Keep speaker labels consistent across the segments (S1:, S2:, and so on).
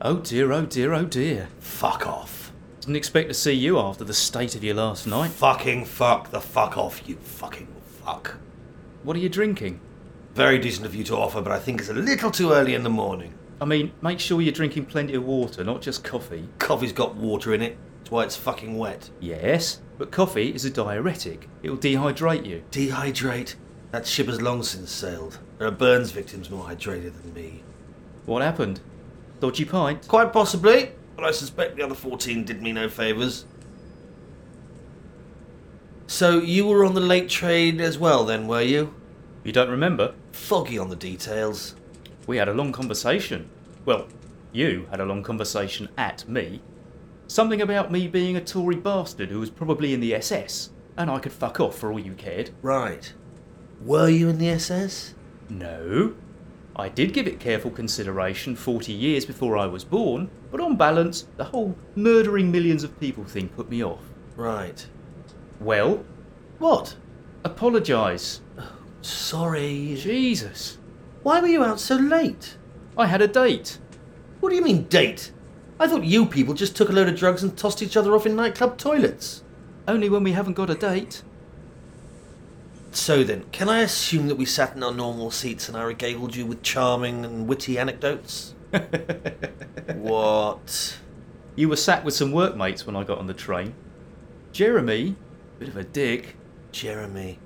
S1: Oh dear, oh dear, oh dear.
S2: Fuck off.
S1: Didn't expect to see you after the state of your last night.
S2: Fucking fuck the fuck off, you fucking fuck.
S1: What are you drinking?
S2: Very decent of you to offer, but I think it's a little too early in the morning.
S1: I mean, make sure you're drinking plenty of water, not just coffee.
S2: Coffee's got water in it. That's why it's fucking wet.
S1: Yes, but coffee is a diuretic. It'll dehydrate you.
S2: Dehydrate? That ship has long since sailed. There are Burns victims more hydrated than me.
S1: What happened? Dodgy pint?
S2: Quite possibly, but I suspect the other 14 did me no favours. So you were on the late trade as well, then, were you?
S1: You don't remember?
S2: Foggy on the details.
S1: We had a long conversation. Well, you had a long conversation at me. Something about me being a Tory bastard who was probably in the SS, and I could fuck off for all you cared.
S2: Right. Were you in the SS?
S1: No. I did give it careful consideration 40 years before I was born, but on balance, the whole murdering millions of people thing put me off.
S2: Right.
S1: Well,
S2: What?
S1: apologise.
S2: Sorry.
S1: Jesus.
S2: Why were you out so late?
S1: I had a date.
S2: What do you mean, date? I thought you people just took a load of drugs and tossed each other off in nightclub toilets.
S1: Only when we haven't got a date.
S2: So then, can I assume that we sat in our normal seats and I regaled you with charming and witty anecdotes? what?
S1: You were sat with some workmates when I got on the train. Jeremy, bit of a dick.
S2: Jeremy.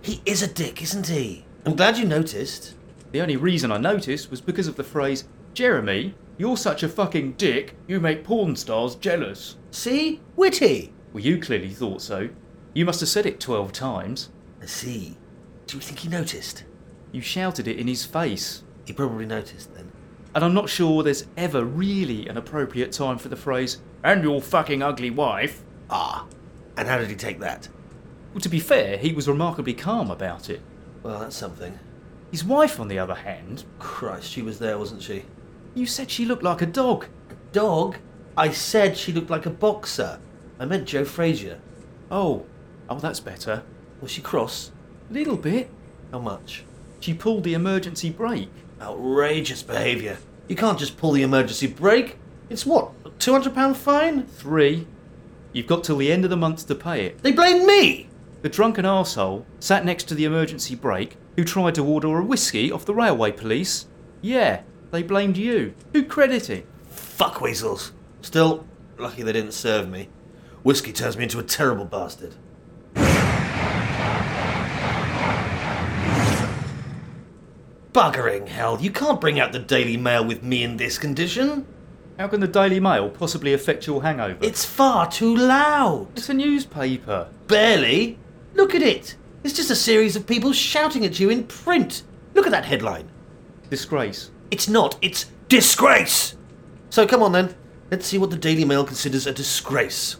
S2: He is a dick, isn't he? I'm glad you noticed.
S1: The only reason I noticed was because of the phrase, Jeremy, you're such a fucking dick, you make porn stars jealous.
S2: See? Witty!
S1: Well, you clearly thought so. You must have said it 12 times.
S2: I see. Do you think he noticed?
S1: You shouted it in his face.
S2: He probably noticed then.
S1: And I'm not sure there's ever really an appropriate time for the phrase, and your fucking ugly wife.
S2: Ah. And how did he take that?
S1: Well, to be fair, he was remarkably calm about it.
S2: Well, that's something.
S1: His wife, on the other hand,
S2: Christ, she was there, wasn't she?
S1: you said she looked like a dog.
S2: Dog? I said she looked like a boxer. I meant Joe Frazier.
S1: Oh, oh, that's better.
S2: Was she cross?
S1: Little bit.
S2: How much?
S1: She pulled the emergency brake.
S2: Outrageous behaviour. You can't just pull the emergency brake. It's what, a £200 fine?
S1: Three. You've got till the end of the month to pay it.
S2: They blame me!
S1: The drunken arsehole sat next to the emergency brake who tried to order a whiskey off the railway police. Yeah, they blamed you. Who crediting?
S2: Fuck weasels. Still, lucky they didn't serve me. Whiskey turns me into a terrible bastard. Buggering hell, you can't bring out the Daily Mail with me in this condition.
S1: How can the Daily Mail possibly affect your hangover?
S2: It's far too loud.
S1: It's a newspaper.
S2: Barely. Look at it. It's just a series of people shouting at you in print. Look at that headline.
S1: Disgrace.
S2: It's not, it's disgrace! So come on then, let's see what the Daily Mail considers a disgrace.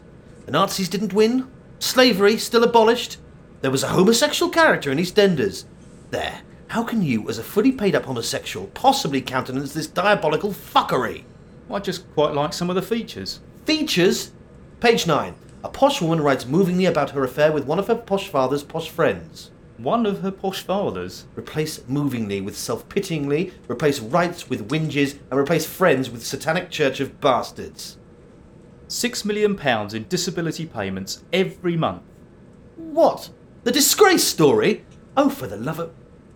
S2: The Nazis didn't win, slavery still abolished, there was a homosexual character in EastEnders. There, how can you, as a fully paid up homosexual, possibly countenance this diabolical fuckery?
S1: I just quite like some of the features.
S2: Features? Page 9. A posh woman writes movingly about her affair with one of her posh father's posh friends.
S1: One of her posh fathers.
S2: Replace movingly with self pityingly, replace rights with whinges, and replace friends with satanic church of bastards.
S1: Six million pounds in disability payments every month.
S2: What? The disgrace story? Oh, for the love of.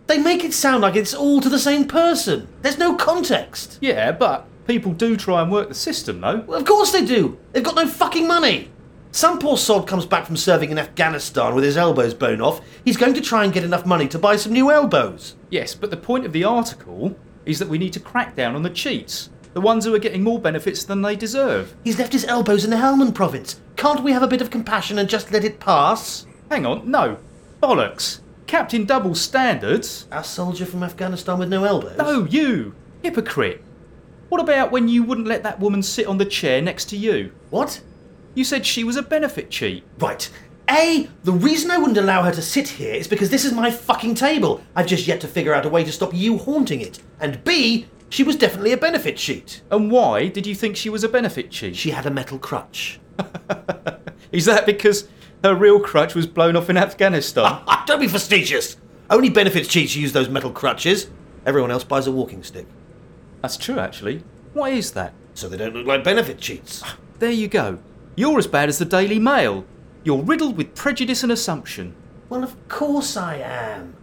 S2: They make it sound like it's all to the same person. There's no context.
S1: Yeah, but people do try and work the system though.
S2: Well, of course they do. They've got no fucking money. Some poor sod comes back from serving in Afghanistan with his elbows bone off. He's going to try and get enough money to buy some new elbows.
S1: Yes, but the point of the article is that we need to crack down on the cheats. The ones who are getting more benefits than they deserve.
S2: He's left his elbows in the Helmand province. Can't we have a bit of compassion and just let it pass?
S1: Hang on, no. Bollocks. Captain Double Standards?
S2: Our soldier from Afghanistan with no elbows?
S1: No, you. Hypocrite. What about when you wouldn't let that woman sit on the chair next to you?
S2: What?
S1: You said she was a benefit cheat.
S2: Right. A, the reason I wouldn't allow her to sit here is because this is my fucking table. I've just yet to figure out a way to stop you haunting it. And B, she was definitely a benefit sheet.
S1: And why did you think she was a benefit cheat?
S2: She had a metal crutch.
S1: Is that because her real crutch was blown off in Afghanistan?
S2: Ah, don't be fastidious. Only benefits cheats use those metal crutches. Everyone else buys a walking stick.
S1: That's true, actually. Why is that?
S2: so they don't look like benefit cheats.
S1: There you go. You're as bad as the Daily Mail. You're riddled with prejudice and assumption.
S2: Well, of course I am.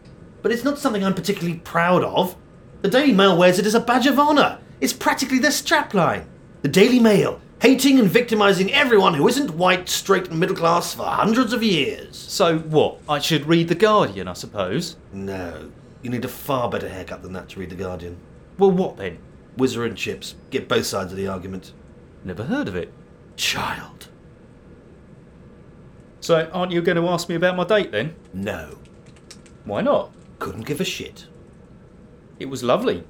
S2: But it's not something I'm particularly proud of. The Daily Mail wears it as a badge of honour. It's practically their strapline. The Daily Mail, hating and victimising everyone who isn't white, straight, and middle class for hundreds of years.
S1: So what? I should read The Guardian, I suppose.
S2: No, you need a far better haircut than that to read The Guardian.
S1: Well, what then?
S2: Whizzer and chips, get both sides of the argument.
S1: Never heard of it.
S2: Child.
S1: So, aren't you going to ask me about my date then?
S2: No,
S1: Why not?
S2: couldn't give a shit.
S1: It was lovely.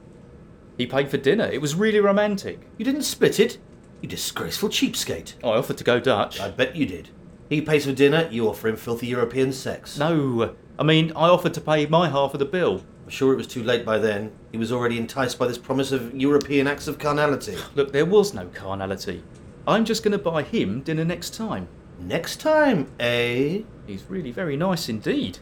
S1: He paid for dinner. It was really romantic.
S2: You didn't split it, you disgraceful cheapskate.
S1: I offered to go Dutch.
S2: I bet you did. He pays for dinner, you offer him filthy European sex.
S1: No, I mean, I offered to pay my half of the bill.
S2: I'm sure it was too late by then. He was already enticed by this promise of European acts of carnality.
S1: Look, there was no carnality. I'm just going to buy him dinner next time.
S2: Next time, eh?
S1: He's really very nice indeed.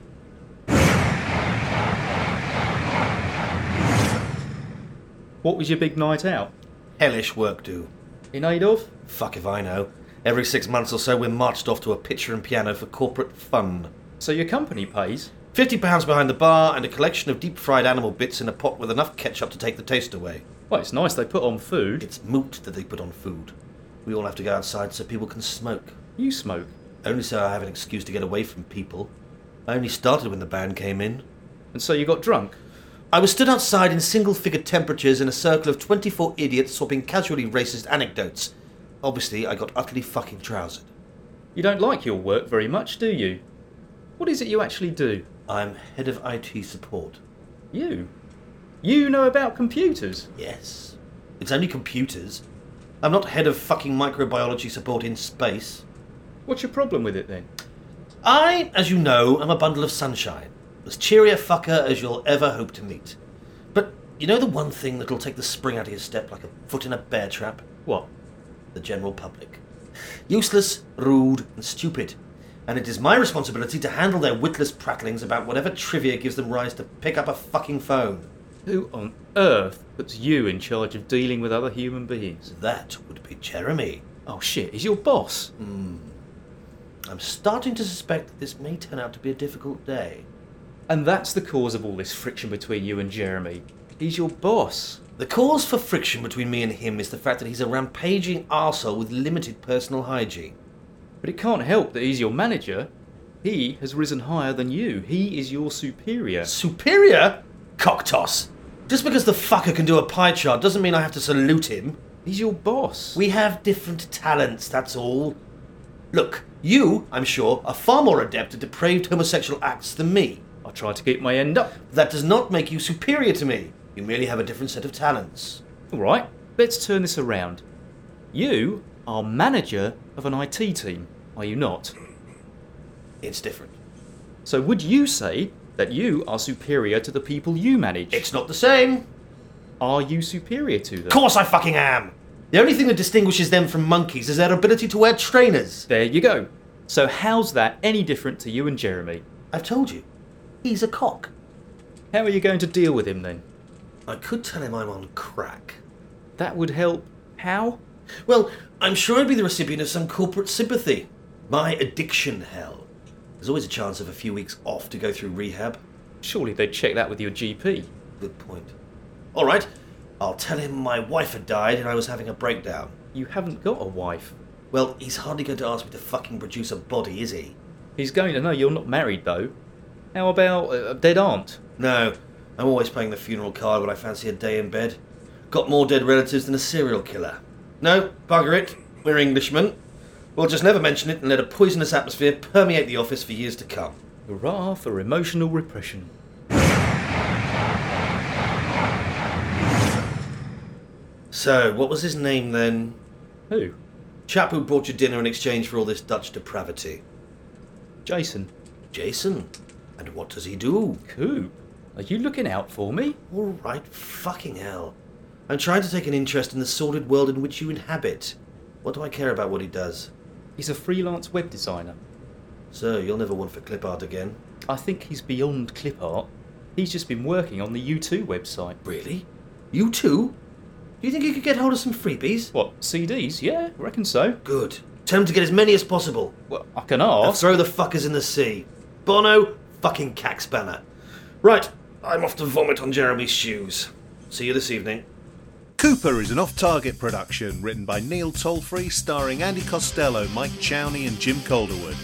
S1: What was your big night out?
S2: Hellish work do.
S1: In aid of?
S2: Fuck if I know. Every six months or so, we're marched off to a pitcher and piano for corporate fun.
S1: So your company pays?
S2: Fifty pounds behind the bar and a collection of deep fried animal bits in a pot with enough ketchup to take the taste away.
S1: Well, it's nice they put on food.
S2: It's moot that they put on food. We all have to go outside so people can smoke.
S1: You smoke.
S2: Only so I have an excuse to get away from people. I only started when the band came in.
S1: And so you got drunk?
S2: I was stood outside in single figure temperatures in a circle of 24 idiots swapping casually racist anecdotes. Obviously, I got utterly fucking trousered.
S1: You don't like your work very much, do you? What is it you actually do?
S2: I'm head of IT support.
S1: You? You know about computers?
S2: Yes. It's only computers. I'm not head of fucking microbiology support in space.
S1: What's your problem with it then?
S2: I, as you know, am a bundle of sunshine, as cheery a fucker as you'll ever hope to meet. But you know the one thing that'll take the spring out of your step like a foot in a bear trap?
S1: What?
S2: The general public. Useless, rude, and stupid. And it is my responsibility to handle their witless prattlings about whatever trivia gives them rise to pick up a fucking phone.
S1: Who on earth puts you in charge of dealing with other human beings?
S2: That would be Jeremy.
S1: Oh shit, he's your boss.
S2: I'm starting to suspect that this may turn out to be a difficult day.
S1: And that's the cause of all this friction between you and Jeremy. He's your boss.
S2: The cause for friction between me and him is the fact that he's a rampaging arsehole with limited personal hygiene.
S1: But it can't help that he's your manager. He has risen higher than you. He is your superior.
S2: Superior? Cock toss. Just because the fucker can do a pie chart doesn't mean I have to salute him.
S1: He's your boss.
S2: We have different talents, that's all. Look, you, I'm sure, are far more adept at depraved homosexual acts than me.
S1: I try to keep my end up.
S2: That does not make you superior to me. You merely have a different set of talents.
S1: Alright, let's turn this around. You are manager of an IT team, are you not?
S2: It's different.
S1: So would you say that you are superior to the people you manage?
S2: It's not the same.
S1: Are you superior to them?
S2: Of course I fucking am! The only thing that distinguishes them from monkeys is their ability to wear trainers.
S1: There you go. So how's that any different to you and Jeremy?
S2: I've told you, he's a cock.
S1: How are you going to deal with him then?
S2: I could tell him I'm on crack.
S1: That would help. How?
S2: Well, I'm sure I'd be the recipient of some corporate sympathy. My addiction hell. There's always a chance of a few weeks off to go through rehab.
S1: Surely they'd check that with your GP.
S2: Good point. All right, I'll tell him my wife had died and I was having a breakdown.
S1: You haven't got a wife.
S2: Well, he's hardly going to ask me to fucking produce a body, is he?
S1: He's going to know you're not married though. How about a a dead aunt?
S2: No, I'm always playing the funeral card when I fancy a day in bed. Got more dead relatives than a serial killer. No, bugger it. We're Englishmen. We'll just never mention it and let a poisonous atmosphere permeate the office for years to come.
S1: Hurrah for emotional repression.
S2: So, what was his name then?
S1: Who?
S2: Chap who brought you dinner in exchange for all this Dutch depravity.
S1: Jason.
S2: Jason. And what does he do?
S1: Coop. Are you looking out for me?
S2: All right, fucking hell. I'm trying to take an interest in the sordid world in which you inhabit. What do I care about what he does?
S1: He's a freelance web designer.
S2: So, you'll never want for clip art again.
S1: I think he's beyond clip art. He's just been working on the U2 website.
S2: Really? You too? Do you think you could get hold of some freebies?
S1: What, CDs? Yeah, I reckon so.
S2: Good. Tell him to get as many as possible.
S1: Well, I can
S2: I'll
S1: ask.
S2: throw the fuckers in the sea. Bono, fucking cax banner. Right, I'm off to vomit on Jeremy's shoes. See you this evening.
S3: Cooper is an off target production written by Neil Tolfree, starring Andy Costello, Mike Chowney, and Jim Calderwood.